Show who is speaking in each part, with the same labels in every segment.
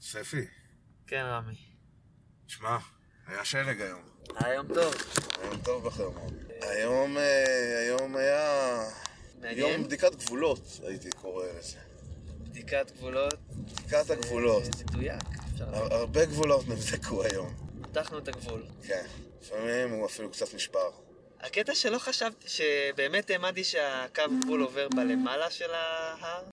Speaker 1: ספי,
Speaker 2: כן, רמי.
Speaker 1: שמע, היה שלג היום.
Speaker 2: היום טוב.
Speaker 1: היום טוב בחרמון. היום, אה, היום היה...
Speaker 2: מעניין.
Speaker 1: יום בדיקת גבולות, הייתי קורא לזה.
Speaker 2: בדיקת גבולות.
Speaker 1: בדיקת הגבולות. אה.
Speaker 2: זה מדויק. אפשר
Speaker 1: הר-
Speaker 2: להגיד.
Speaker 1: הרבה גבולות נבדקו היום.
Speaker 2: פתחנו את הגבול.
Speaker 1: כן. לפעמים הוא אפילו קצת נשבר.
Speaker 2: הקטע שלא חשבתי, שבאמת האמנתי שהקו גבול עובר בלמעלה של ההר.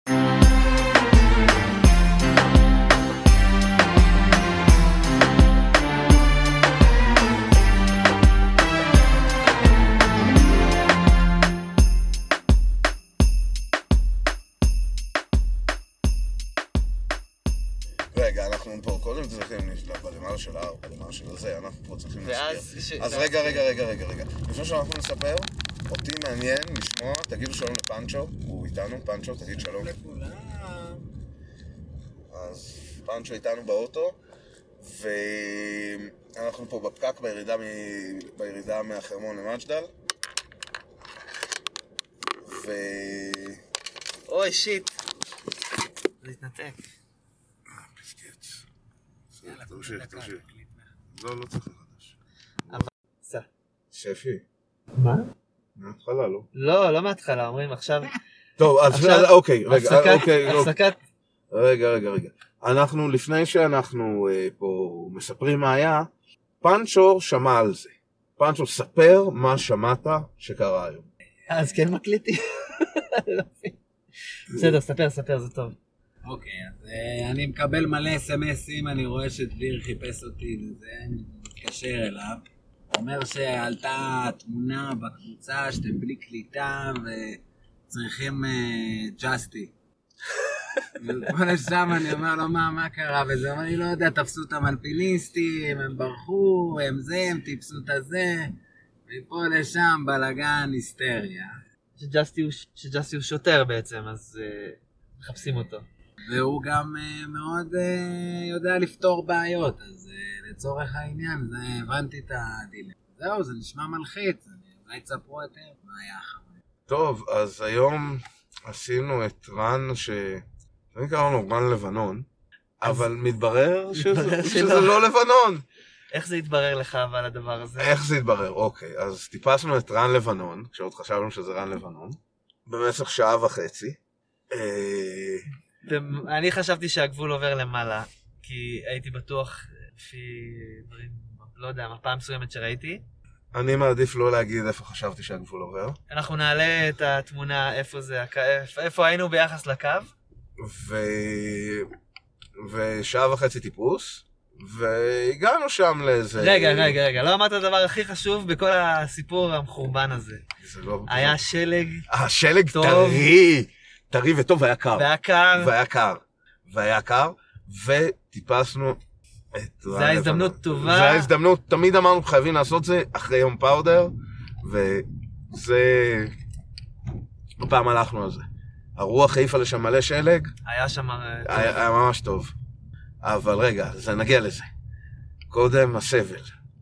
Speaker 1: רגע, אנחנו פה קודם צריכים לשלב בלמעלה של ההר, בלמעלה של זה, אנחנו פה צריכים
Speaker 2: ואז ש-
Speaker 1: אז
Speaker 2: ואז-
Speaker 1: רגע, רגע, רגע, רגע, רגע. לפני שאנחנו נספר, אותי מעניין לשמוע, תגידו שלום לפאנצ'ו, הוא איתנו, פאנצ'ו, תגיד שלום. אז פאנצ'ו איתנו באוטו, ואנחנו פה בפקק בירידה, מ... בירידה מהחרמון למג'דל, ו...
Speaker 2: אוי, שיט. זה התנתק.
Speaker 1: אה, תמשיך, תמשיך. לא, לא צריך לחדש.
Speaker 2: סע.
Speaker 1: שפי,
Speaker 2: מה?
Speaker 1: מההתחלה, לא?
Speaker 2: לא, לא מההתחלה, אומרים עכשיו...
Speaker 1: טוב, אז
Speaker 2: עכשיו-
Speaker 1: אוקיי, רגע,
Speaker 2: הפסקת-
Speaker 1: אוקיי, אוקיי.
Speaker 2: הפסקת...
Speaker 1: רגע, רגע, רגע. אנחנו, לפני שאנחנו אה, פה מספרים מה היה, פאנצ'ו שמע על זה. פאנצ'ו, ספר מה שמעת שקרה היום.
Speaker 2: אז כן מקליטים. לא מבין. בסדר, ספר, ספר, זה טוב.
Speaker 3: אוקיי, אז אה, אני מקבל מלא אס.אם.אסים, אני רואה שדביר חיפש אותי וזה, אני מתקשר אליו. הוא אומר שעלתה תמונה בקבוצה שאתם בלי קליטה וצריכים אה, ג'אסטי. ופה לשם אני אומר לו, מה, מה קרה? וזה אומר, אני לא יודע, תפסו את המלפיניסטים, הם ברחו, הם זה, הם טיפסו את הזה. מפה לשם בלאגן היסטריה.
Speaker 2: שג'סטי הוא- שג'סטי הוא שוטר בעצם, אז אה, מחפשים אותו.
Speaker 3: והוא גם אה, מאוד אה, יודע לפתור בעיות, אז אה, לצורך העניין, זה, הבנתי את הדילמה. זהו, זה נשמע מלחיץ, אני- אולי תספרו יותר מה היה אחרי.
Speaker 1: טוב, אז היום עשינו את רן, ש... תמיד קראנו לו רן לבנון, אבל מתברר שזה,
Speaker 2: מתברר
Speaker 1: שזה
Speaker 2: שלא.
Speaker 1: לא לבנון.
Speaker 2: איך זה התברר לך אבל הדבר הזה?
Speaker 1: איך זה התברר? אוקיי, אז טיפסנו את רן לבנון, כשעוד חשבנו שזה רן לבנון, במשך שעה וחצי. אה,
Speaker 2: אתם- אני חשבתי שהגבול עובר למעלה, כי הייתי בטוח, לפי דברים, לא יודע, מפה מסוימת שראיתי.
Speaker 1: אני מעדיף לא להגיד איפה חשבתי שהגבול עובר.
Speaker 2: אנחנו נעלה את התמונה איפה זה, הק- איפ- איפה היינו ביחס לקו.
Speaker 1: ו... ושעה וחצי טיפוס, והגענו שם לאיזה...
Speaker 2: רגע, רגע, רגע, לא אמרת הדבר הכי חשוב בכל הסיפור המחורבן הזה.
Speaker 1: זה לא...
Speaker 2: היה שלג
Speaker 1: השלג
Speaker 2: טוב.
Speaker 1: טרי, טרי וטוב והיה קר.
Speaker 2: והיה קר,
Speaker 1: והיה קר. והיה קר, וטיפסנו את... רן
Speaker 2: ההזדמנות
Speaker 1: לבנון.
Speaker 2: טובה.
Speaker 1: זה ההזדמנות, תמיד אמרנו חייבים לעשות זה אחרי יום פאודר, וזה... הפעם הלכנו על זה. הרוח העיפה לשם מלא שלג,
Speaker 2: היה שם... אה,
Speaker 1: היה, היה ממש טוב. אבל רגע, אז נגיע לזה. קודם הסבל.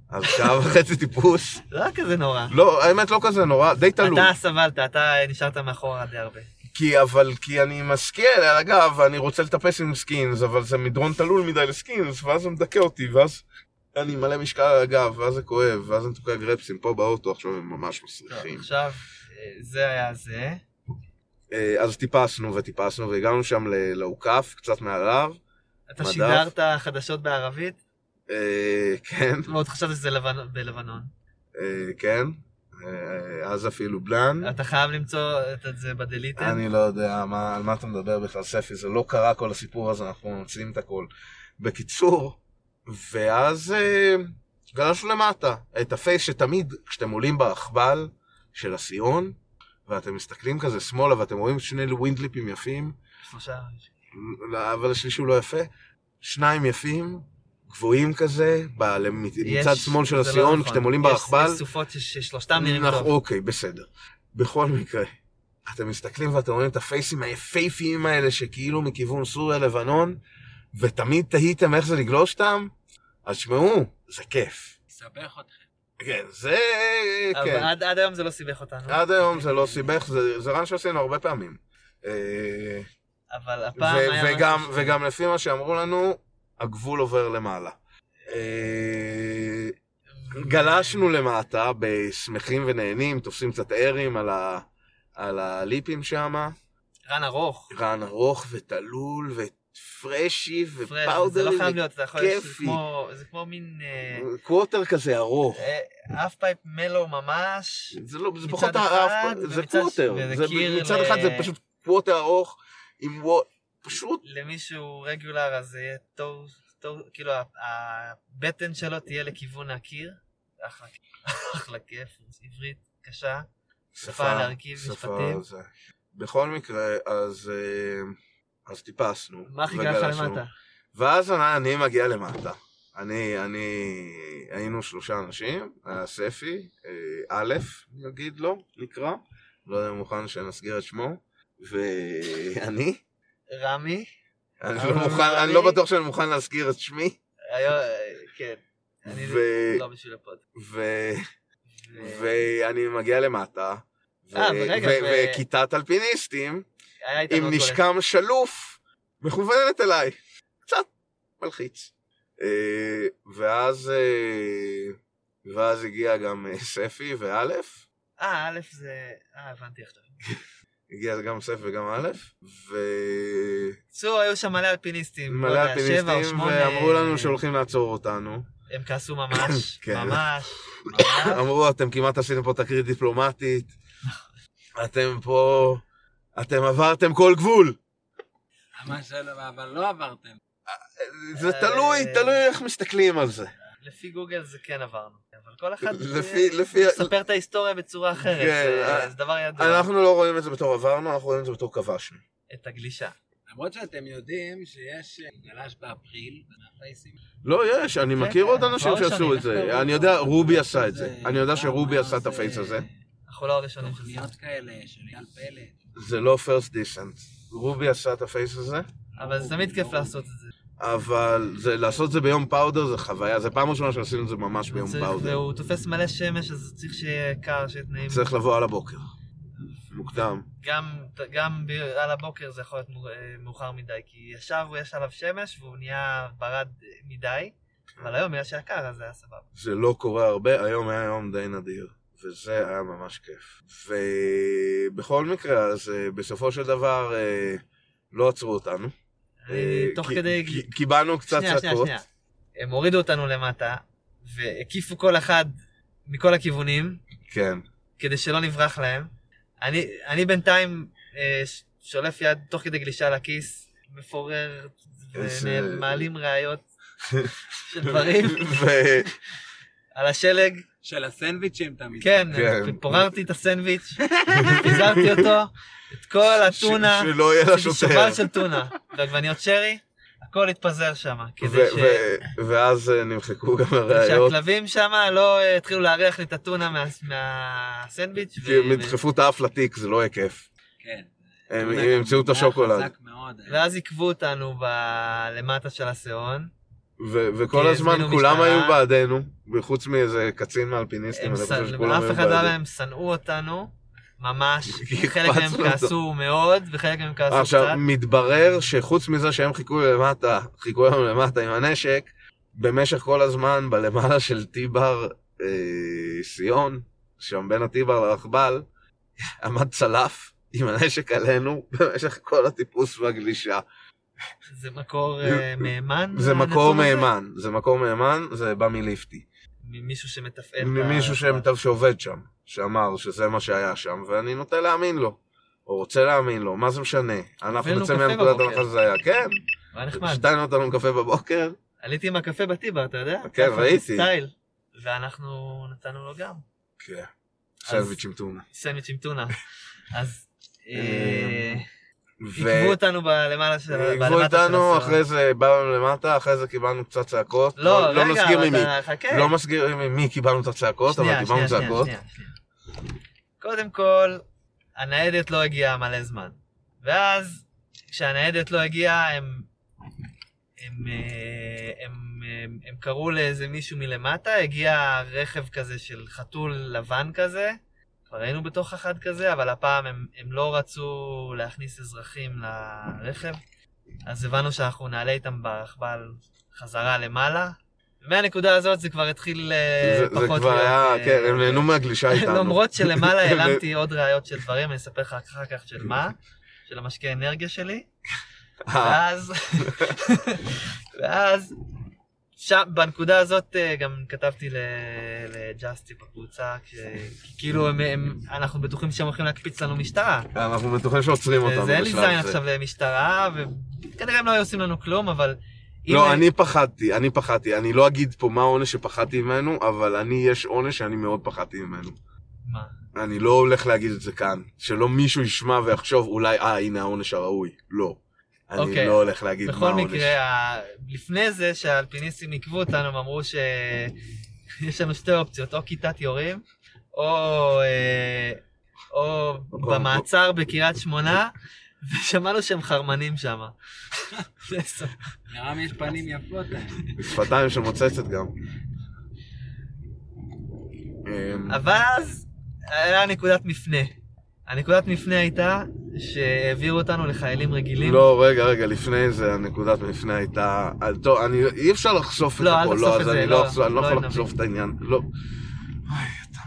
Speaker 1: אז שעה וחצי טיפוס.
Speaker 2: לא היה כזה נורא.
Speaker 1: לא, האמת לא כזה נורא, די תלוי.
Speaker 2: אתה סבלת, אתה נשארת מאחורה די הרבה.
Speaker 1: כי אבל, כי אני משכיל על הגב, אני רוצה לטפס עם סקינס, אבל זה מדרון תלול מדי לסקינס, ואז זה מדכא אותי, ואז אני מלא משקל על הגב, ואז זה כואב, ואז אני תוקע גרפסים פה באוטו, עכשיו הם ממש מסריחים.
Speaker 2: עכשיו, אה, זה היה זה.
Speaker 1: אה, אז טיפסנו וטיפסנו, והגענו שם ל- לאוכף, קצת מעליו.
Speaker 2: אתה
Speaker 1: מדף.
Speaker 2: שידרת חדשות בערבית?
Speaker 1: אה, כן,
Speaker 2: מאוד חשבתי שזה לבנ- בלבנון.
Speaker 1: אה, כן. אה, אז אפילו בלאן.
Speaker 2: אתה חייב למצוא את זה בדליטן.
Speaker 1: אני לא יודע מה, על מה אתה מדבר בכלל, ספי, זה לא קרה כל הסיפור הזה, אנחנו ממציאים את הכל. בקיצור, ואז אה, גלשנו למטה, את הפייס שתמיד כשאתם עולים ברכבל של הסיון, ואתם מסתכלים כזה שמאלה ואתם רואים שני ווינדליפים יפים,
Speaker 2: שלושה.
Speaker 1: אבל השלישי הוא לא יפה, שניים יפים, גבוהים כזה, ב- למצ-
Speaker 2: יש-
Speaker 1: מצד שמאל של
Speaker 2: זה לא
Speaker 1: הסיון,
Speaker 2: נכון.
Speaker 1: כשאתם עולים
Speaker 2: יש-
Speaker 1: ברכבל.
Speaker 2: יש סופות ש- ששלושתם נראים
Speaker 1: אנחנו-
Speaker 2: טוב.
Speaker 1: אוקיי, בסדר. בכל מקרה, אתם מסתכלים ואתם רואים את הפייסים היפהפיים האלה שכאילו מכיוון סוריה-לבנון, ותמיד תהיתם איך זה לגלוש אותם? אז שמעו, זה כיף.
Speaker 3: יסבך אתכם.
Speaker 1: כן, זה...
Speaker 2: אבל
Speaker 1: כן.
Speaker 2: עד עד היום זה לא סיבך אותנו.
Speaker 1: עד היום זה לא סיבך, זה, זה רן שעשינו הרבה פעמים. אה,
Speaker 2: אבל
Speaker 1: ו-
Speaker 2: הפעם היה...
Speaker 1: וגם,
Speaker 2: משהו ש-
Speaker 1: וגם לפי מה שאמרו לנו, הגבול עובר למעלה. אה, גלשנו למטה בשמחים ונהנים, תופסים קצת ערים על, ה... על הליפים שם,
Speaker 2: רן ארוך.
Speaker 1: רן ארוך ותלול ופרשי
Speaker 2: פרש, זה לא חייב
Speaker 1: ופאודרי
Speaker 2: להיות, אתה יכול... להיות- זה
Speaker 1: כיפי.
Speaker 2: כמו- זה כמו מין... אה,
Speaker 1: וקווטר כזה ארוך.
Speaker 2: אה, אף פייפ מלו ממש.
Speaker 1: זה לא, זה
Speaker 2: מצד
Speaker 1: פחות
Speaker 2: אחד,
Speaker 1: האף, זה
Speaker 2: ומצד
Speaker 1: קווטר,
Speaker 2: ש- וזה
Speaker 1: זה
Speaker 2: קיר
Speaker 1: מצד
Speaker 2: ל-
Speaker 1: אחד זה פשוט קווטר ארוך עם וו... פשוט
Speaker 2: למישהו רגולר אז זה יהיה טוב, טוב, כאילו ה- הבטן שלו תהיה לכיוון הקיר. אחלה, אחלה כיף, עברית קשה. שפה להרכיב משפטים.
Speaker 1: זה. בכל מקרה, אז, אה, אז טיפסנו.
Speaker 2: מה הכי קרה לך
Speaker 1: וגלשנו.
Speaker 2: למטה?
Speaker 1: ואז אני- אני מגיע למטה. אני, אני, היינו שלושה אנשים, היה ספי, אה, א', נגיד לו, נקרא, לא יודע אם מוכן שנסגיר את שמו, ואני,
Speaker 2: רמי?
Speaker 1: אני
Speaker 2: אבל
Speaker 1: לא מוכן, אני
Speaker 2: אני-
Speaker 1: לא בטוח שאני מוכן להזכיר את שמי,
Speaker 2: היה- אה, כן. אני
Speaker 1: ו-
Speaker 2: לא בשביל הפוד.
Speaker 1: ו...
Speaker 2: ו-
Speaker 1: ואני מגיע למטה, ו-
Speaker 2: אה, ורגע,
Speaker 1: ו-
Speaker 2: ו-
Speaker 1: וכיתת אלפיניסטים
Speaker 2: היה איתנו
Speaker 1: עם
Speaker 2: עוד כל-
Speaker 1: נשקם שלוף מכוונת אליי. קצת מלחיץ. אה, ואז אה, ואז הגיע גם אה, ספי ואלף,
Speaker 2: אה, א' זה... אה, הבנתי עכשיו.
Speaker 1: הגיע גם ספי וגם אלף,
Speaker 2: בקיצור, היו שם מלא אלפיניסטים. לא
Speaker 1: ומלא
Speaker 2: יודע, שבע או
Speaker 1: אלפיניסטים,
Speaker 2: שמונה. אה,
Speaker 1: ואמרו לנו שהולכים לעצור אותנו.
Speaker 2: הם כעסו ממש,
Speaker 1: כן.
Speaker 2: ממש, ממש.
Speaker 1: אמרו, אתם כמעט עשיתם פה תקרית דיפלומטית, אתם פה, אתם עברתם כל גבול.
Speaker 3: מה שלא, אבל לא עברתם.
Speaker 1: זה תלוי,
Speaker 2: אה,
Speaker 1: תלוי איך מסתכלים על זה.
Speaker 2: לפי גוגל זה כן עברנו, אבל כל אחד
Speaker 1: לפי-
Speaker 2: אה,
Speaker 1: לפי-
Speaker 2: מספר את ההיסטוריה בצורה אחרת,
Speaker 1: כן,
Speaker 2: זה-
Speaker 1: אה,
Speaker 2: זה דבר ידוע,
Speaker 1: אנחנו לא רואים את זה בתור עברנו, אנחנו רואים את זה בתור כבשנו.
Speaker 2: את הגלישה.
Speaker 3: למרות שאתם יודעים שיש אה, גלש באפריל, מהפייסים.
Speaker 1: לא, יש, אני
Speaker 2: כן,
Speaker 1: מכיר
Speaker 2: כן,
Speaker 1: עוד
Speaker 2: אנחנו
Speaker 1: אנשים
Speaker 2: לא
Speaker 1: שעשו
Speaker 2: ראשונים,
Speaker 1: את זה.
Speaker 2: אנחנו-
Speaker 1: אני יודע, רובי
Speaker 3: יש
Speaker 1: עשה את
Speaker 3: איזה
Speaker 1: זה. אני יודע
Speaker 3: כמה
Speaker 1: שרובי עשה את
Speaker 3: אה, זה-
Speaker 1: הפייס הזה.
Speaker 2: אנחנו לא הראשונים שזה.
Speaker 3: תוכניות כאלה של אייל פלד.
Speaker 1: זה לא first decent. רובי עשה את הפייס הזה,
Speaker 2: אבל זה תמיד כיף לעשות את זה.
Speaker 1: אבל זה- לעשות את זה ביום פאודר זה חוויה, זה פעם ראשונה שעשינו את זה ממש ביום
Speaker 2: צריך-
Speaker 1: פאודר.
Speaker 2: והוא תופס מלא שמש, אז צריך שיהיה קר, שיהיה תנאים.
Speaker 1: צריך לבוא על הבוקר. מוקדם.
Speaker 2: גם- גם ב- על הבוקר זה יכול להיות מאו- אה, מאוחר מדי, כי ישר הוא יש עליו שמש והוא נהיה ברד אה, מדי,
Speaker 1: כן.
Speaker 2: אבל היום בגלל שהיה קר אז זה היה סבבה.
Speaker 1: זה לא קורה הרבה, היום היה יום די נדיר, וזה היה ממש כיף. ובכל מקרה, אז אה, בסופו של דבר אה, לא עצרו אותנו.
Speaker 2: אני
Speaker 1: אה,
Speaker 2: תוך
Speaker 1: כי-
Speaker 2: כדי...
Speaker 1: כי- קיבלנו קצת
Speaker 2: שנייה, שנייה,
Speaker 1: צעקות.
Speaker 2: שנייה. הם הורידו אותנו למטה, והקיפו כל אחד מכל הכיוונים,
Speaker 1: כן.
Speaker 2: כדי שלא נברח להם. אני, אני בינתיים אה, ש- שולף יד תוך כדי גלישה לכיס, מפורר, אה,
Speaker 1: איזה-
Speaker 2: ומעלים ראיות של דברים
Speaker 1: ו-
Speaker 2: על השלג.
Speaker 3: של הסנדוויצ'ים תמיד.
Speaker 2: כן,
Speaker 1: כן.
Speaker 2: פוררתי את הסנדוויץ', פיזרתי אותו, את כל
Speaker 1: ש-
Speaker 2: הטונה,
Speaker 1: שלא יהיה
Speaker 2: עשיתי
Speaker 1: לשוטר.
Speaker 2: שובל של טונה, ועגבניות שרי, הכל התפזר שם,
Speaker 1: ו-
Speaker 2: כדי ש...
Speaker 1: ו- ואז אה, נמחקו גם הראיות,
Speaker 2: שהכלבים שם לא אה, התחילו להריח לי את הטונה מה- מהסנדוויץ'.
Speaker 1: כי הם
Speaker 2: ו-
Speaker 1: ידחפו את האף לתיק, זה לא יהיה כיף.
Speaker 3: כן.
Speaker 1: הם
Speaker 3: באמת,
Speaker 1: הם ימצאו את
Speaker 3: זה היה
Speaker 1: השוקולד.
Speaker 3: חזק מאוד.
Speaker 2: ואז עיכבו אותנו ב- למטה של הסיאון.
Speaker 1: ו-
Speaker 2: כן,
Speaker 1: וכל הזמן
Speaker 2: הזמינו
Speaker 1: כולם
Speaker 2: משטרה.
Speaker 1: היו בעדנו, חוץ מאיזה קצין מאלפיניסטים,
Speaker 2: הם
Speaker 1: אני חושב
Speaker 2: ס-
Speaker 1: שכולם
Speaker 2: אף
Speaker 1: היו
Speaker 2: אחד לא היה
Speaker 1: בעדנו.
Speaker 2: להם, שנאו אותנו, ממש.
Speaker 1: כי
Speaker 2: חלק
Speaker 1: הקפצנו
Speaker 2: מהם
Speaker 1: אותו.
Speaker 2: כעסו מאוד, וחלק מהם כעסו
Speaker 1: עכשיו,
Speaker 2: קצת.
Speaker 1: מתברר שחוץ מזה שהם חיכו למטה, חיכו לנו למטה עם הנשק, במשך כל הזמן בלמעלה של טיבר אה, סיון, שם בין הטיבר לרכבל, עמד צלף עם הנשק עלינו במשך כל הטיפוס והגלישה.
Speaker 2: זה מקור אה, מהימן?
Speaker 1: זה
Speaker 2: הנתון
Speaker 1: מקור
Speaker 2: הזה?
Speaker 1: מהימן, זה מקור מהימן, זה בא מליפטי.
Speaker 2: ממישהו שמתפעל. את ה-
Speaker 1: ממישהו שמתב שעובד שם, שאמר שזה מה שהיה שם, ואני נוטה להאמין לו. או רוצה להאמין לו, מה זה משנה? אנחנו
Speaker 2: הבאנו
Speaker 1: נצא
Speaker 2: קפה
Speaker 1: מנקודת
Speaker 2: בבוקר.
Speaker 1: הנחה שזה היה, כן.
Speaker 2: היה נחמד.
Speaker 1: שתינו אותנו קפה בבוקר,
Speaker 2: עליתי עם הקפה בטיבה, אתה יודע?
Speaker 1: כן,
Speaker 2: קפה
Speaker 1: ראיתי.
Speaker 2: סטייל. ואנחנו נתנו לו גם.
Speaker 1: כן. סנדוויץ' עם טונה.
Speaker 2: סנדוויץ' עם טונה. אז...
Speaker 1: אה,
Speaker 2: אה,
Speaker 1: ו-
Speaker 2: עיכבו אותנו בלמעלה של...
Speaker 1: עיכבו
Speaker 2: בלמטה של
Speaker 1: אותנו,
Speaker 2: הסוהר.
Speaker 1: אחרי זה באנו למטה, אחרי זה קיבלנו קצת צעקות.
Speaker 2: לא, רגע,
Speaker 1: לא נזכיר
Speaker 2: אתה-
Speaker 1: ממי.
Speaker 2: חכה.
Speaker 1: לא מסגירים ממי קיבלנו את הצעקות, אבל
Speaker 2: שנייה,
Speaker 1: קיבלנו
Speaker 2: שנייה, שנייה,
Speaker 1: צעקות.
Speaker 2: שנייה, שנייה. קודם כל, הניידת לא הגיעה מלא זמן. ואז, כשהניידת לא הגיעה, הם... הם, אה, הם, הם, הם קראו לאיזה מישהו מלמטה, הגיע רכב כזה של חתול לבן כזה, כבר היינו בתוך אחד כזה, אבל הפעם הם, הם לא רצו להכניס אזרחים לרכב, אז הבנו שאנחנו נעלה איתם ברכבל חזרה למעלה. מהנקודה הזאת זה כבר התחיל אה,
Speaker 1: זה,
Speaker 2: פחות
Speaker 1: זה כבר היה,
Speaker 2: אה,
Speaker 1: כן, הם נהנו מהגלישה איתנו.
Speaker 2: למרות שלמעלה העלמתי עוד ראיות של דברים, אני אספר לך אחר כך של מה, של המשקה אנרגיה שלי,
Speaker 1: אה,
Speaker 2: ואז, ואז, שם, בנקודה הזאת אה, גם כתבתי ל- לג'אסטי בקבוצה, כש- כי כאילו הם, הם, אנחנו בטוחים שהם הולכים להקפיץ לנו משטרה.
Speaker 1: אנחנו בטוחים שעוצרים אותנו
Speaker 2: זה אין לי
Speaker 1: בשלב
Speaker 2: זין
Speaker 1: זה.
Speaker 2: עכשיו למשטרה, וכנראה הם לא היו עושים לנו כלום, אבל... אם
Speaker 1: לא,
Speaker 2: הם-
Speaker 1: אני פחדתי, אני פחדתי. אני לא אגיד פה מה העונש שפחדתי ממנו, אבל אני, יש עונש שאני מאוד פחדתי ממנו.
Speaker 2: מה?
Speaker 1: אני לא הולך להגיד את זה כאן. שלא מישהו ישמע ויחשוב, אולי, אה, הנה העונש הראוי. לא. אני
Speaker 2: אוקיי.
Speaker 1: לא הולך להגיד מה
Speaker 2: בכל
Speaker 1: העונש.
Speaker 2: מקרה, ה- לפני זה שהאלפיניסטים עיכבו אותנו, הם אמרו שיש לנו שתי אופציות, או כיתת יורים, או, אה, או במעצר בקריית שמונה, ושמענו שהם חרמנים שם.
Speaker 3: נראה לי יש פנים יפות להם.
Speaker 1: שפתיים של מוצצת גם. אמ,
Speaker 2: אבל אז היה נקודת מפנה. הנקודת מפנה הייתה שהעבירו אותנו לחיילים רגילים.
Speaker 1: לא, רגע, רגע, לפני זה, הנקודת מלפני הייתה... אז טוב, אני... אי אפשר לחשוף את
Speaker 2: לא, אל
Speaker 1: הכל,
Speaker 2: תחשוף את
Speaker 1: אז
Speaker 2: זה,
Speaker 1: אני
Speaker 2: לא,
Speaker 1: לא אחשוף- אני לא
Speaker 2: לא
Speaker 1: יכול
Speaker 2: נבין.
Speaker 1: לחשוף את העניין. לא. אוי, אתה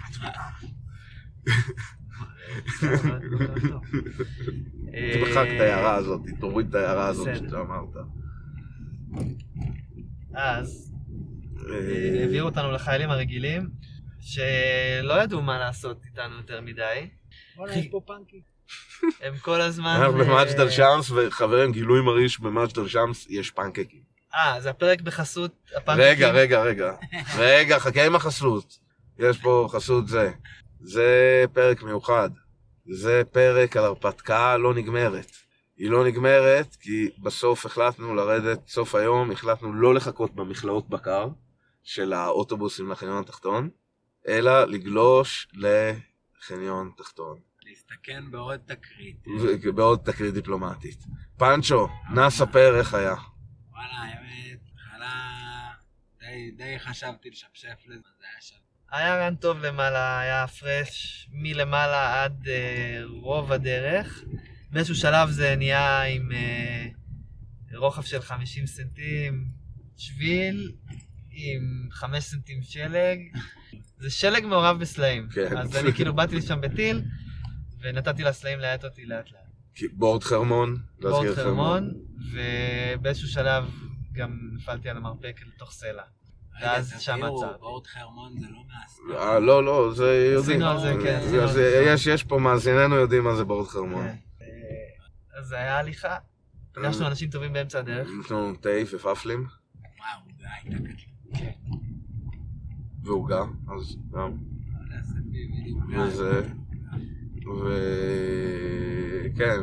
Speaker 2: אה,
Speaker 1: תמחק את ההערה הזאת, תוריד את ההערה הזאת
Speaker 2: בסדר.
Speaker 1: שאתה אמרת.
Speaker 2: אז
Speaker 1: אה,
Speaker 2: העבירו אותנו לחיילים הרגילים, שלא ידעו מה לעשות איתנו יותר מדי.
Speaker 3: בוא'נה, יש פה פאנקים.
Speaker 2: הם כל הזמן...
Speaker 1: אנחנו במג'דל
Speaker 2: אה,
Speaker 1: שמס, וחברים, גילוי מרעיש, במג'דל שמס יש פנקקים.
Speaker 2: אה, זה הפרק בחסות הפנקקים.
Speaker 1: רגע, רגע, רגע. רגע, חכה עם החסות. יש פה חסות זה. זה פרק מיוחד. זה פרק על הרפתקה לא נגמרת. היא לא נגמרת כי בסוף החלטנו לרדת, סוף היום החלטנו לא לחכות במכלאות בקר של האוטובוסים לחניון התחתון, אלא לגלוש לחניון תחתון.
Speaker 3: להסתכן בעוד תקרית.
Speaker 1: ו- בעוד תקרית דיפלומטית. פנצ'ו, נא ספר איך היה.
Speaker 3: וואלה, האמת, בהתחלה די- די חשבתי לשפשף לזה, זה היה שווה.
Speaker 2: היה רן טוב למעלה, היה פרש מלמעלה עד אה, רוב הדרך. באיזשהו שלב זה נהיה עם אה, רוחב של 50 סנטים שביל, עם 5 סנטים שלג. זה שלג מעורב בסלעים.
Speaker 1: כן.
Speaker 2: אז אני כאילו באתי לשם בטיל, ונתתי לסלעים להאט אותי לאט לאט.
Speaker 1: כי- בורד חרמון,
Speaker 2: בורד
Speaker 1: להזכיר את
Speaker 2: חרמון, ובאיזשהו שלב גם נפלתי על המרפק לתוך סלע. ואז
Speaker 3: רגע,
Speaker 2: שם
Speaker 3: תביאו,
Speaker 2: עצרתי.
Speaker 3: בורד חרמון זה לא מהסתם.
Speaker 1: אה, לא, לא, זה יודעים.
Speaker 2: עשינו על זה, כן,
Speaker 1: זה-
Speaker 2: עשינו על
Speaker 1: זה-
Speaker 2: זה.
Speaker 1: יש, יש פה, מאזיננו יודעים מה זה בורד חרמון.
Speaker 2: אה, אז זה היה הליכה.
Speaker 1: אה,
Speaker 2: פגשנו אנשים טובים באמצע הדרך.
Speaker 1: נתנו תה ופפלים
Speaker 3: וואו, זה הייתה קטנה.
Speaker 1: ועוגה, אז גם.
Speaker 3: וואלה, זה בדיוק.
Speaker 1: וזה... ו... כן,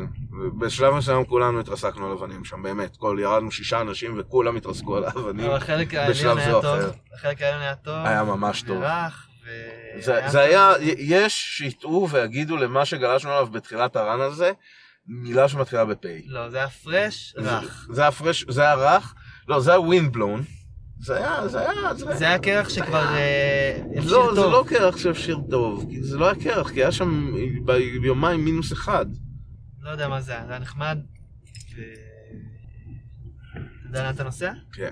Speaker 1: בשלב מסוים כולנו התרסקנו על אבנים שם, באמת. כל, ירדנו שישה אנשים וכולם התרסקו על האבנים.
Speaker 2: אבל החלק
Speaker 1: בשלב
Speaker 2: העליון היה
Speaker 1: זה או
Speaker 2: טוב.
Speaker 1: אחר.
Speaker 2: החלק העליון היה טוב.
Speaker 1: היה ממש טוב.
Speaker 2: נערך,
Speaker 1: זה
Speaker 2: והיה...
Speaker 1: זה היה, יש שיטעו ויגידו למה שגלשנו עליו בתחילת הרן הזה, מילה שמתחילה בפ'.
Speaker 2: לא, זה היה פרש רך.
Speaker 1: זה היה פרש, זה היה רך, לא, זה היה ווינדבלון. זה היה, זה היה,
Speaker 2: זה היה קרח שכבר אה, הפשיר טוב.
Speaker 1: לא, זה לא קרח שהפשיר טוב, כי זה לא היה קרח, כי היה שם ב- ביומיים מינוס אחד.
Speaker 2: לא יודע מה זה היה, זה היה נחמד. ו... אתה יודע לאן אתה נוסע?
Speaker 1: כן.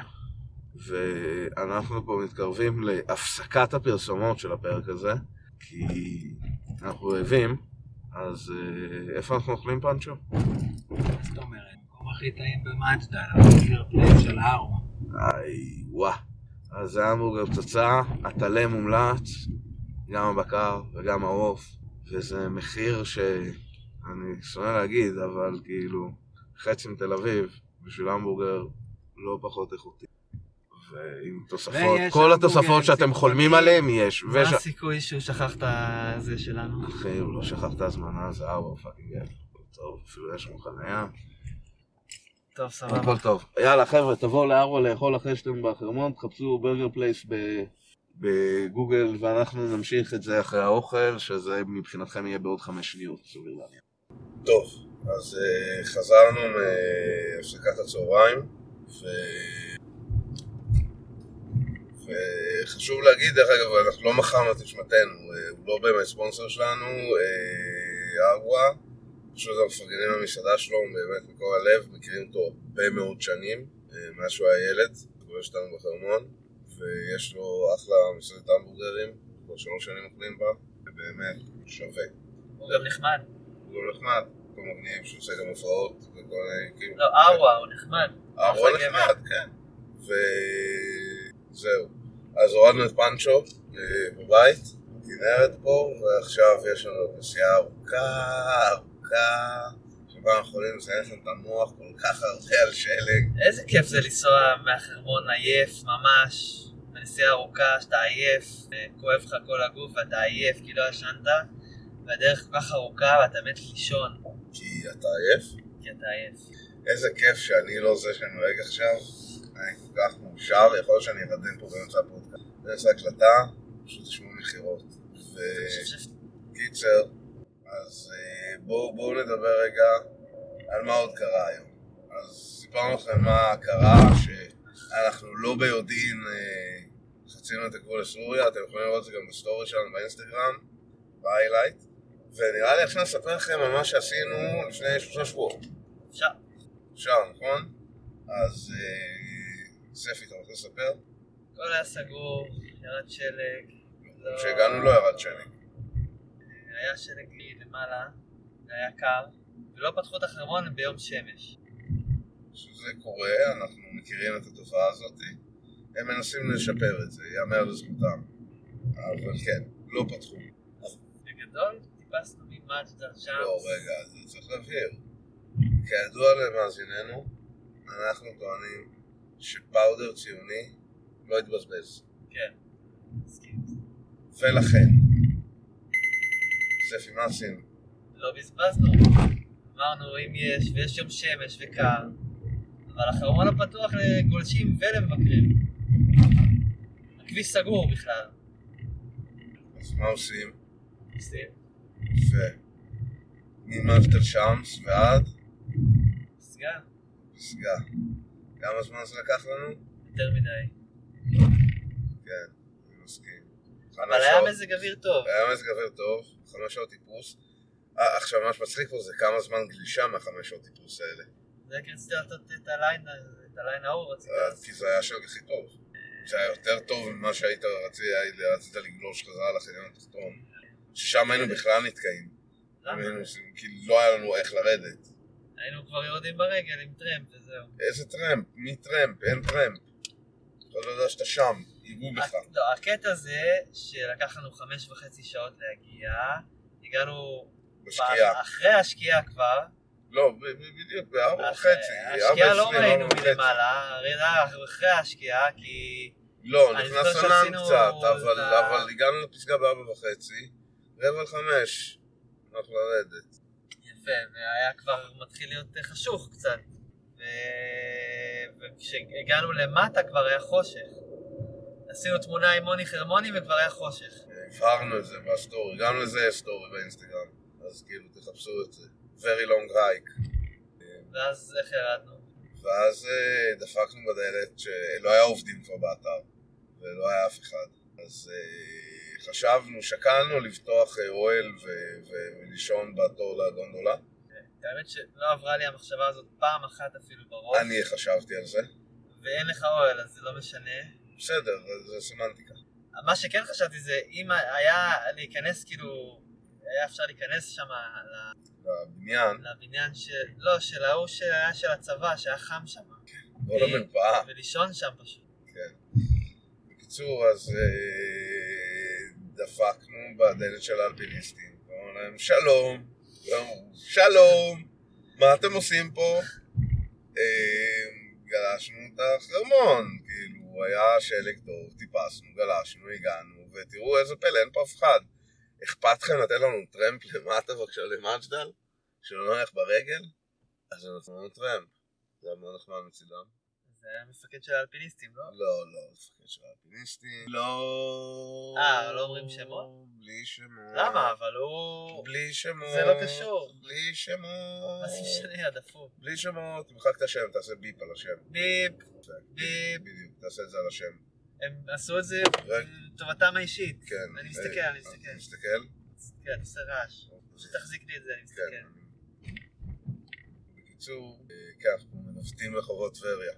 Speaker 1: ואנחנו פה מתקרבים להפסקת הפרסומות של הפרק הזה, כי אנחנו רעבים, אז אה, איפה אנחנו אוכלים פאנצ'ו?
Speaker 3: מה זאת אומרת? המקום הכי טעים במג'דל, המחיר פלייס של ארון.
Speaker 1: איי, וואה. אז זה המבורגר פצצה, הטלה מומלץ, גם הבקר וגם העוף, וזה מחיר שאני שונא להגיד, אבל כאילו, חצי מתל אביב, בשביל המבורגר לא פחות איכותי. ועם תוספות,
Speaker 3: ויש
Speaker 1: כל
Speaker 3: המבורגרים
Speaker 1: התוספות שאתם
Speaker 3: צמחוניים.
Speaker 1: חולמים עליהם יש.
Speaker 2: מה
Speaker 1: וש...
Speaker 2: הסיכוי שהוא שכח את זה שלנו?
Speaker 1: אחי, הוא לא שכח את ההזמנה, זה ארבע פאקינג גל. טוב, אפילו יש שם חניה.
Speaker 2: טוב, סבבה.
Speaker 1: הכל טוב. יאללה, חבר'ה, תבואו לארו לאכול אחרי שאתם בחרמון, תחפשו ברגר פלייס ב- בגוגל, ואנחנו נמשיך את זה אחרי האוכל, שזה מבחינתכם יהיה בעוד חמש שניות, סביר להניח. טוב, אז אה, חזרנו מהפסקת הצהריים, ו... וחשוב להגיד, דרך אגב, אנחנו לא מכרנו את נשמתנו, אה, הוא לא באמת ספונסר שלנו, אה, ארווה, פשוט המפרגנים במסעדה שלו, הוא באמת מכל הלב, מכירים אותו הרבה מאוד שנים, אה, מאז שהוא היה ילד, הוא יש אותנו בחרמון, ויש לו אחלה מסעדת המבורגרים, כבר שלוש שנים אוכלים בה, ובאמת, שווה.
Speaker 2: הוא גם נחמד.
Speaker 1: הוא גם נחמד, הוא מגניב, שעושה גם הופעות, וכל מיני, כאילו...
Speaker 2: לא, ארווה, הוא נחמד.
Speaker 1: ארון
Speaker 2: אחלה
Speaker 1: נחמד, כן. וזהו. אז הורדנו את פאנצ'ו אה, בבית, כנרת פה, ועכשיו יש לנו נסיעה ארוכה, ארוכה, שבה אנחנו יכולים לזיין לכם את המוח כל כך הרבה על שלג.
Speaker 2: איזה כיף זה לנסוע מהחרמון עייף ממש, בנסיעה ארוכה, שאתה עייף, אה, כואב לך כל הגוף ואתה עייף כי לא ישנת, והדרך כל כך ארוכה ואתה מת לישון
Speaker 1: כי אתה עייף?
Speaker 2: כי אתה עייף.
Speaker 1: איזה כיף שאני לא זה שנוהג עכשיו, אני כל כך מאושר, יכול להיות שאני ארדן פה באמצע הפודקאסט. זה עושה הקלטה, פשוט תשמעו מכירות.
Speaker 2: אני
Speaker 1: ו...
Speaker 2: חושב ש-
Speaker 1: קיצר, אז אה, בואו בואו נדבר רגע על מה עוד קרה היום. אז סיפרנו לכם מה קרה, שאנחנו לא ביודעין אה, חצינו את הגבול לסוריה, אתם יכולים לראות את זה גם בסטורי שלנו באינסטגרם, בהיילייט. ונראה לי עכשיו נספר לכם על מה שעשינו לפני שלושה שבועות.
Speaker 2: אפשר.
Speaker 1: אפשר, נכון? אז אה, ספי, אתה רוצה לספר?
Speaker 2: הכל היה סגור, ירד שלג. לא-
Speaker 1: כשהגענו לא ירד שלג.
Speaker 2: היה שלג למעלה, היה קר, ולא פתחו את החרמון ביום שמש.
Speaker 1: שזה קורה, אנחנו מכירים את התופעה הזאת, הם מנסים לשפר את זה, יאמר לזכותם. אבל כן, לא פתחו.
Speaker 2: בגדול, טיפסנו ממג'דל שם.
Speaker 1: לא, רגע, זה צריך להבהיר. כידוע למאזיננו, אנחנו טוענים שפאודר ציוני לא התבזבז.
Speaker 2: כן. מסכים.
Speaker 1: ולכן, ספי, מה עשינו?
Speaker 2: לא בזבזנו. אמרנו, אם יש, ויש יום שמש וקר, אבל החרמון הפתוח לגולשים ולמבקרים. הכביש סגור בכלל.
Speaker 1: אז מה עושים?
Speaker 2: עושים-
Speaker 1: יפה. ממג'דל שמס ועד
Speaker 2: סגן,
Speaker 1: פסגה. כמה זמן זה לקח לנו?
Speaker 2: יותר מדי.
Speaker 1: כן, אני מסכים.
Speaker 2: אבל היה מזג אוויר טוב.
Speaker 1: היה מזג אוויר טוב, חמש שעות טיפוס. אה, עכשיו, מה שמצחיק פה זה כמה זמן גלישה מהחמש שעות טיפוס האלה.
Speaker 2: זה כי רציתי לעשות את הליין, את הליין ההוא רציתי
Speaker 1: אה,
Speaker 2: לעשות.
Speaker 1: כי זה היה שלג הכי טוב. זה היה יותר טוב ממה שהיית רצית, רצית לגלוש חזרה לחניון התחתון. ששם היינו בכלל נתקעים.
Speaker 2: למה?
Speaker 1: היינו עושים- כי לא היה לנו איך לרדת.
Speaker 2: היינו כבר יורדים ברגל עם טרמפ וזהו.
Speaker 1: איזה טרמפ? מי טרמפ? אין טרמפ. אתה לא יודע שאתה שם, ייגעו בך.
Speaker 2: הק- לא, הקטע זה שלקח לנו חמש וחצי שעות להגיע, הגענו
Speaker 1: בשקיעה.
Speaker 2: ב- אחרי השקיעה כבר,
Speaker 1: לא, ב- ב- בדיוק, בארבע
Speaker 2: אח-
Speaker 1: וחצי.
Speaker 2: אה, השקיעה
Speaker 1: ארבע
Speaker 2: לא
Speaker 1: עשרים,
Speaker 2: ראינו
Speaker 1: ארבע וחצי.
Speaker 2: מלמעלה, ראינו אחרי השקיעה, כי
Speaker 1: לא,
Speaker 2: אני
Speaker 1: נכנס
Speaker 2: זוכר
Speaker 1: ענן
Speaker 2: שעשינו
Speaker 1: קצת,
Speaker 2: את
Speaker 1: אבל,
Speaker 2: ה-
Speaker 1: אבל הגענו לפסגה בארבע וחצי, רבע לחמש, אנחנו לרדת.
Speaker 2: יפה, והיה כבר מתחיל להיות חשוך קצת. ו... וכשהגענו למטה כבר היה חושך. עשינו תמונה עם מוני חרמוני וכבר היה חושך.
Speaker 1: הבהרנו את זה בסטורי, גם לזה יש סטורי באינסטגרם, אז כאילו תחפשו את זה. Very long hike.
Speaker 2: ואז איך ירדנו?
Speaker 1: ואז אה, דפקנו בדלת שלא היה עובדים כבר באתר, ולא היה אף אחד. אז אה, חשבנו, שקלנו לפתוח אה, אוהל ו- ו- ולישון בתור לגונדולה.
Speaker 2: האמת שלא עברה לי המחשבה הזאת פעם אחת אפילו בראש.
Speaker 1: אני חשבתי על זה.
Speaker 2: ואין לך אוהל, אז זה לא משנה.
Speaker 1: בסדר, זה סמנטיקה.
Speaker 2: מה שכן חשבתי זה, אם היה להיכנס כאילו, היה אפשר להיכנס שם
Speaker 1: בבניין,
Speaker 2: לבניין של, לא, של ההוא שהיה של הצבא, שהיה חם שם,
Speaker 1: לא למרפאה.
Speaker 2: ולישון שם פשוט.
Speaker 1: בקיצור, אז אה, דפקנו בדלת של האלפיניסטים, ואמרנו להם שלום, ואמרו שלום, מה אתם עושים פה? אה, גלשנו את החרמון, כאילו, היה שלג טוב, טיפסנו, גלשנו, הגענו, ותראו איזה פלא, אין פה אף אחד. אכפת לכם לתת לנו טרמפ למטה בבקשה למג'דל? שלא נלך ברגל? אז אנחנו נתנו טרמפ. זה היה מאוד נחמד מצידם.
Speaker 2: זה היה מפקד של האלפיניסטים, לא?
Speaker 1: לא, לא, מפקד של האלפיניסטים. לא.
Speaker 2: אה, לא אומרים שמות?
Speaker 1: בלי שמות.
Speaker 2: למה? אבל הוא...
Speaker 1: בלי שמות.
Speaker 2: זה לא קשור.
Speaker 1: בלי שמות.
Speaker 2: מה זה משנה, הדפוק.
Speaker 1: בלי שמות, תמחק את השם, תעשה ביפ על השם.
Speaker 2: ביפ,
Speaker 1: זה,
Speaker 2: ביפ.
Speaker 1: בדיוק, תעשה את זה על השם.
Speaker 2: הם עשו את זה
Speaker 1: רק-
Speaker 2: לטובתם האישית.
Speaker 1: כן.
Speaker 2: אני מסתכל,
Speaker 1: אה,
Speaker 2: אני מסתכל.
Speaker 1: אתה מסתכל?
Speaker 2: כן, עושה רעש. פשוט תחזיק לי את זה, אני
Speaker 1: כן.
Speaker 2: מסתכל.
Speaker 1: בקיצור, אה, כן, אנחנו מנווטים רחובות טבריה.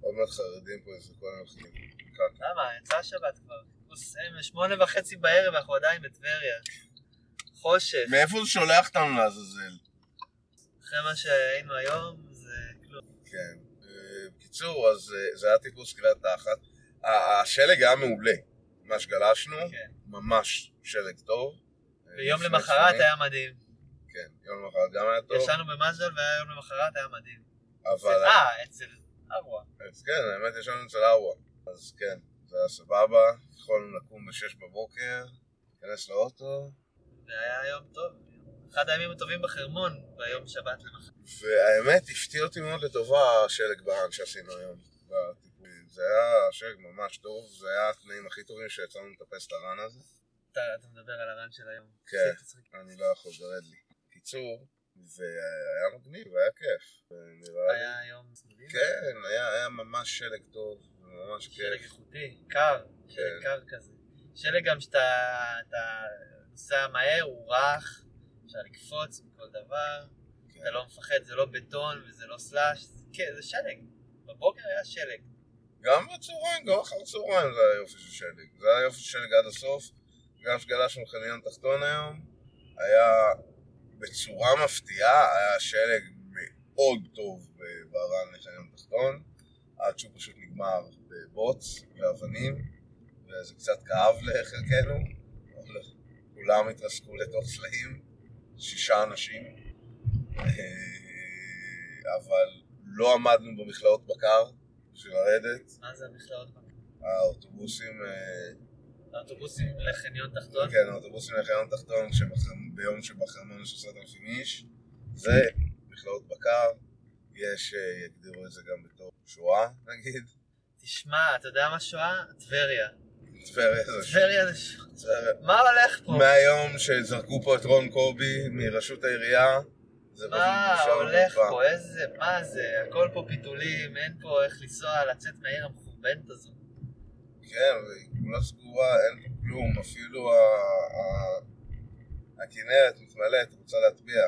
Speaker 1: עוד מעט חרדים פה איזה כל מיני חגים. קקי.
Speaker 2: למה? יצאה שבת כבר. כוס אם, שמונה וחצי בערב, אנחנו עדיין בטבריה. חושך.
Speaker 1: מאיפה הוא שולח אותנו לעזאזל?
Speaker 2: אחרי מה שהיינו היום, זה כלום.
Speaker 1: כן. אה, בקיצור, אז אה, זה היה טיפוס כלת תחת. ה- השלג היה מעולה. מה שגלשנו,
Speaker 2: כן.
Speaker 1: ממש שלג טוב. אה,
Speaker 2: ויום
Speaker 1: לפני
Speaker 2: למחרת
Speaker 1: שנים.
Speaker 2: היה מדהים.
Speaker 1: כן, יום למחרת גם היה טוב.
Speaker 2: ישנו במזל והיום למחרת היה מדהים.
Speaker 1: אבל...
Speaker 2: אה, אצל אבווה.
Speaker 1: אז כן, האמת ישנו אצל ארווה. אז כן, זה היה סבבה. יכולנו לקום ב-6 בבוקר, להיכנס לאוטו.
Speaker 2: זה היה יום טוב. אחד הימים הטובים בחרמון, ביום שבת למחרת.
Speaker 1: והאמת, הפתיע אותי מאוד לטובה השלג בעם שעשינו היום. בטיפול. זה היה שלג ממש טוב, זה היה התנאים הכי טובים שיצאנו לטפס את הרן הזה.
Speaker 2: אתה אתה מדבר על הרן של היום.
Speaker 1: כן.
Speaker 2: עשית צחיק.
Speaker 1: אני לא יכול, גרד לי. קיצור, והיה מגניב, היה כיף. ונראה לי-
Speaker 2: היה יום מדהים.
Speaker 1: כן, היה- היה ממש שלג טוב, ממש
Speaker 2: שלג
Speaker 1: כיף.
Speaker 2: איכותי, קר,
Speaker 1: כן.
Speaker 2: שלג קר כזה. שלג גם שאתה אתה נוסע מהר, הוא רך, אפשר לקפוץ מכל דבר,
Speaker 1: כן.
Speaker 2: אתה לא מפחד, זה לא בטון וזה לא סלאש, זה- כן, זה שלג. בבוקר היה שלג.
Speaker 1: גם בצהריים, גם אחר הצהריים זה היה יופי של שלג. זה היה יופי של שלג עד הסוף. גם שגלשנו חניון תחתון היום, היה בצורה מפתיעה, היה שלג מאוד טוב ב- ברן לחניון תחתון, עד שהוא פשוט נגמר בבוץ ואבנים, וזה קצת כאב לחלקנו, אבל כולם התרסקו לתוך סלעים, שישה אנשים, אה, אבל לא עמדנו במכלאות בקר בשביל לרדת.
Speaker 2: מה זה המכלאות?
Speaker 1: האוטובוסים, אה,
Speaker 2: האוטובוסים לחניון תחתון?
Speaker 1: כן, האוטובוסים לחניון תחתון כשבחר- ביום שבחרמון יש עשרת אלפים איש, זה מכלאות בקר, יש, אה, יגדירו את זה גם בתור שואה נגיד,
Speaker 2: תשמע, אתה יודע מה שואה? טבריה.
Speaker 1: טבריה זה שואה.
Speaker 2: טבריה זה שואה.
Speaker 1: טבריה.
Speaker 2: מה הולך פה?
Speaker 1: מהיום שזרקו פה את רון קובי מראשות העירייה, זה פשוט
Speaker 2: מה
Speaker 1: בושה
Speaker 2: אה, הולך
Speaker 1: וחרפה.
Speaker 2: פה? איזה, מה זה? הכל פה פיתולים, אין פה איך לנסוע, לצאת מהעיר המחורבנת הזאת.
Speaker 1: כן, והיא כולה סגורה, אין פה כלום, אפילו ה- ה- הכנרת מתמלאת, רוצה להטביע.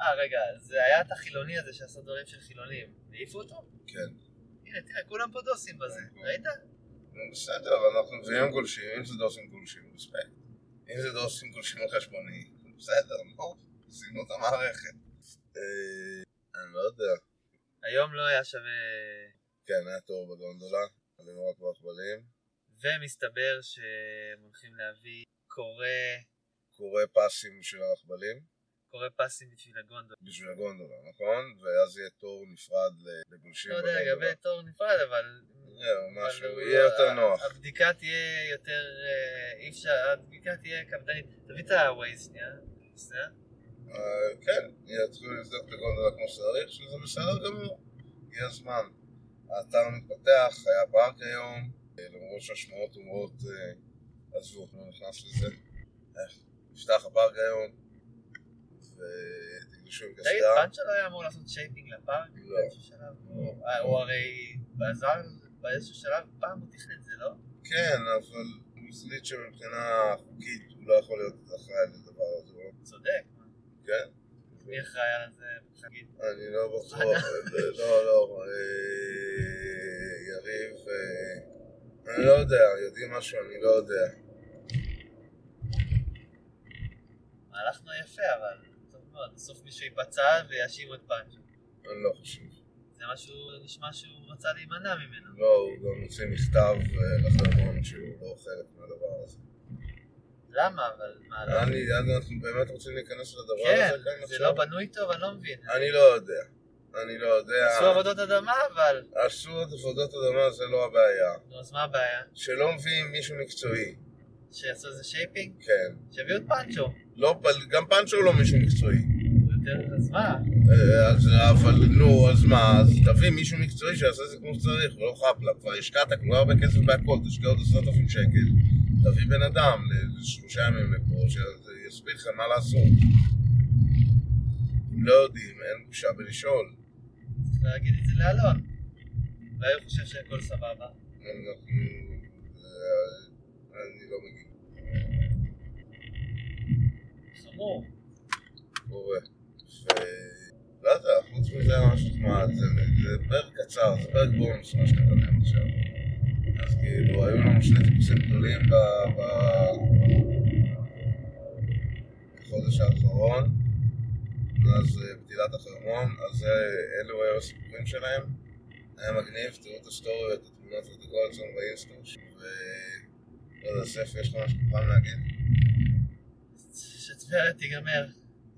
Speaker 2: אה, רגע, זה היה את החילוני הזה שעשה דברים של חילונים. העיפו אותו?
Speaker 1: כן.
Speaker 2: הנה, תראה, כולם פה דוסים בזה. ראית?
Speaker 1: נו, בסדר, אבל אנחנו מבינים גולשים, אם זה דוסים גולשים, רספקט. אם זה דוסים גולשים על חשבוני, בסדר, נו, עשינו את המערכת. אה, אני לא יודע.
Speaker 2: היום לא היה שווה...
Speaker 1: כן, היה תור בגונדולה, עלינו רק ברכבלים.
Speaker 2: ומסתבר שהם הולכים להביא קורא,
Speaker 1: קורא פסים בשביל הרכבלים,
Speaker 2: קורא פסים בשביל הגונדול.
Speaker 1: בשביל הגונדולה, נכון? ואז יהיה תור נפרד לגולשים
Speaker 2: לא יודע
Speaker 1: בגונדולה.
Speaker 2: לגבי תור נפרד, אבל...
Speaker 1: זהו,
Speaker 2: אבל
Speaker 1: משהו,
Speaker 2: הוא-
Speaker 1: יהיה יותר נוח.
Speaker 2: הבדיקה תהיה יותר... אה, אי אפשר, הבדיקה תהיה קפדנית. תביא את ה-Waze שנייה. בסדר?
Speaker 1: אה, כן, יתחילו לבדוק את הגונדולה כמו שצריך, שזה בסדר גמור, הגיע הזמן. האתר מתפתח, היה פארק היום, אה, למרות שהשמועות אומרות, אה, עזבו, לא נכנס לזה. אה, נפתח הפארק היום, ותגלשו עם
Speaker 2: תגיד,
Speaker 1: קסדה.
Speaker 2: פאנצ'ה לא היה אמור לעשות שייפינג לפארק?
Speaker 1: לא.
Speaker 2: באיזשהו שלב? אה, הוא הרי עזר באיזשהו שלב, פעם הוא תכנן את זה, לא?
Speaker 1: כן, אבל הוא החליט שמבחינה חוקית הוא לא יכול להיות אחראי לדבר הזה, הוא לא-
Speaker 2: צודק.
Speaker 1: כן?
Speaker 2: מי אחראי על זה? חגית.
Speaker 1: אני לא בטוח, אה, לא, לא, אה, יריב, אה, אני לא יודע, יודעים משהו, אני לא יודע.
Speaker 2: הלכנו יפה, אבל טוב מאוד. בסוף מישהו ייפצע ויאשים את פאנצ'ו.
Speaker 1: אני לא חושב.
Speaker 2: זה משהו, נשמע שהוא רצה להימנע ממנו.
Speaker 1: לא, הוא גם הוציא מכתב אה, לחרמון שהוא לא חלק מהדבר הזה.
Speaker 2: למה? אבל מה, לא?
Speaker 1: אני, אני- אנחנו באמת רוצים להיכנס לדבר
Speaker 2: כן,
Speaker 1: הזה כאן
Speaker 2: זה
Speaker 1: עכשיו?
Speaker 2: לא בנוי טוב, אני לא מבין.
Speaker 1: אני לא יודע. אני לא יודע.
Speaker 2: עשו עבודות אדמה, אבל...
Speaker 1: עשו את עבודות אדמה זה לא הבעיה.
Speaker 2: נו, אז מה הבעיה?
Speaker 1: שלא מביאים מישהו מקצועי.
Speaker 2: שיעשו איזה שייפינג?
Speaker 1: כן.
Speaker 2: שיביאו את פאנצ'ו.
Speaker 1: לא, פל- גם פאנצ'ו הוא לא מישהו מקצועי.
Speaker 2: הוא יותר, אז מה?
Speaker 1: אה, אז אבל נו, אז מה, אז תביא מישהו מקצועי שיעשה את זה כמו שצריך, לא חפלה, כבר השקעת כל כך הרבה כסף בהכל, תשקיע עוד עשרת אלפים שקל, תביא בן אדם ל- לשלושה ימים לפה, שיסביר לך מה לעשות. אם לא יודעים, אין בושה בלשאול.
Speaker 2: צריך להגיד את זה לאלון. אולי הוא חושב שהכל סבבה.
Speaker 1: אנחנו... אה, אני לא מגיב.
Speaker 2: חמור.
Speaker 1: קורה. ו... לא יודע, חוץ מזה ממש נחמד, זה, זה פרק קצר, זה פרק בונוס מה שאתם מדברים עכשיו. אז כאילו, היו לנו שני טיפוסים גדולים ב... ב... בחודש האחרון, אז אה, פתילת החרמון, אז זה, אלו היו הסיפורים שלהם. היה מגניב, תראו את הסטורי, את התמונות ואת הכל אצלנו באינסטוש, ו... לא יודע, סף, יש לך משהו מוכן להגיד?
Speaker 2: שטבריה תיגמר.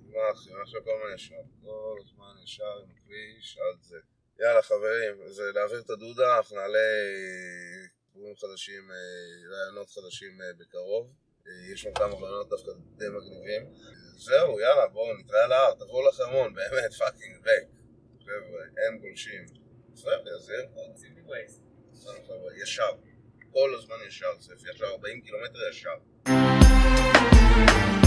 Speaker 1: מה אחי, מה שכל הזמן ישר, כל הזמן ישר עם הכביש, על זה. יאללה חברים, זה להעביר את הדודה, אנחנו נעלה דברים חדשים, אה, רעיונות חדשים אה, בקרוב. אה, יש לנו כמה רעיונות דווקא די מגניבים. זהו, יאללה, בואו נתראה על ההר, תבואו לחרמון, באמת, פאקינג ריק. חבר'ה, אין גולשים. בסדר, זה עיר פה. בסדר, חבר'ה, ישר. כל הזמן ישר, סף, ישר 40 קילומטר ישר.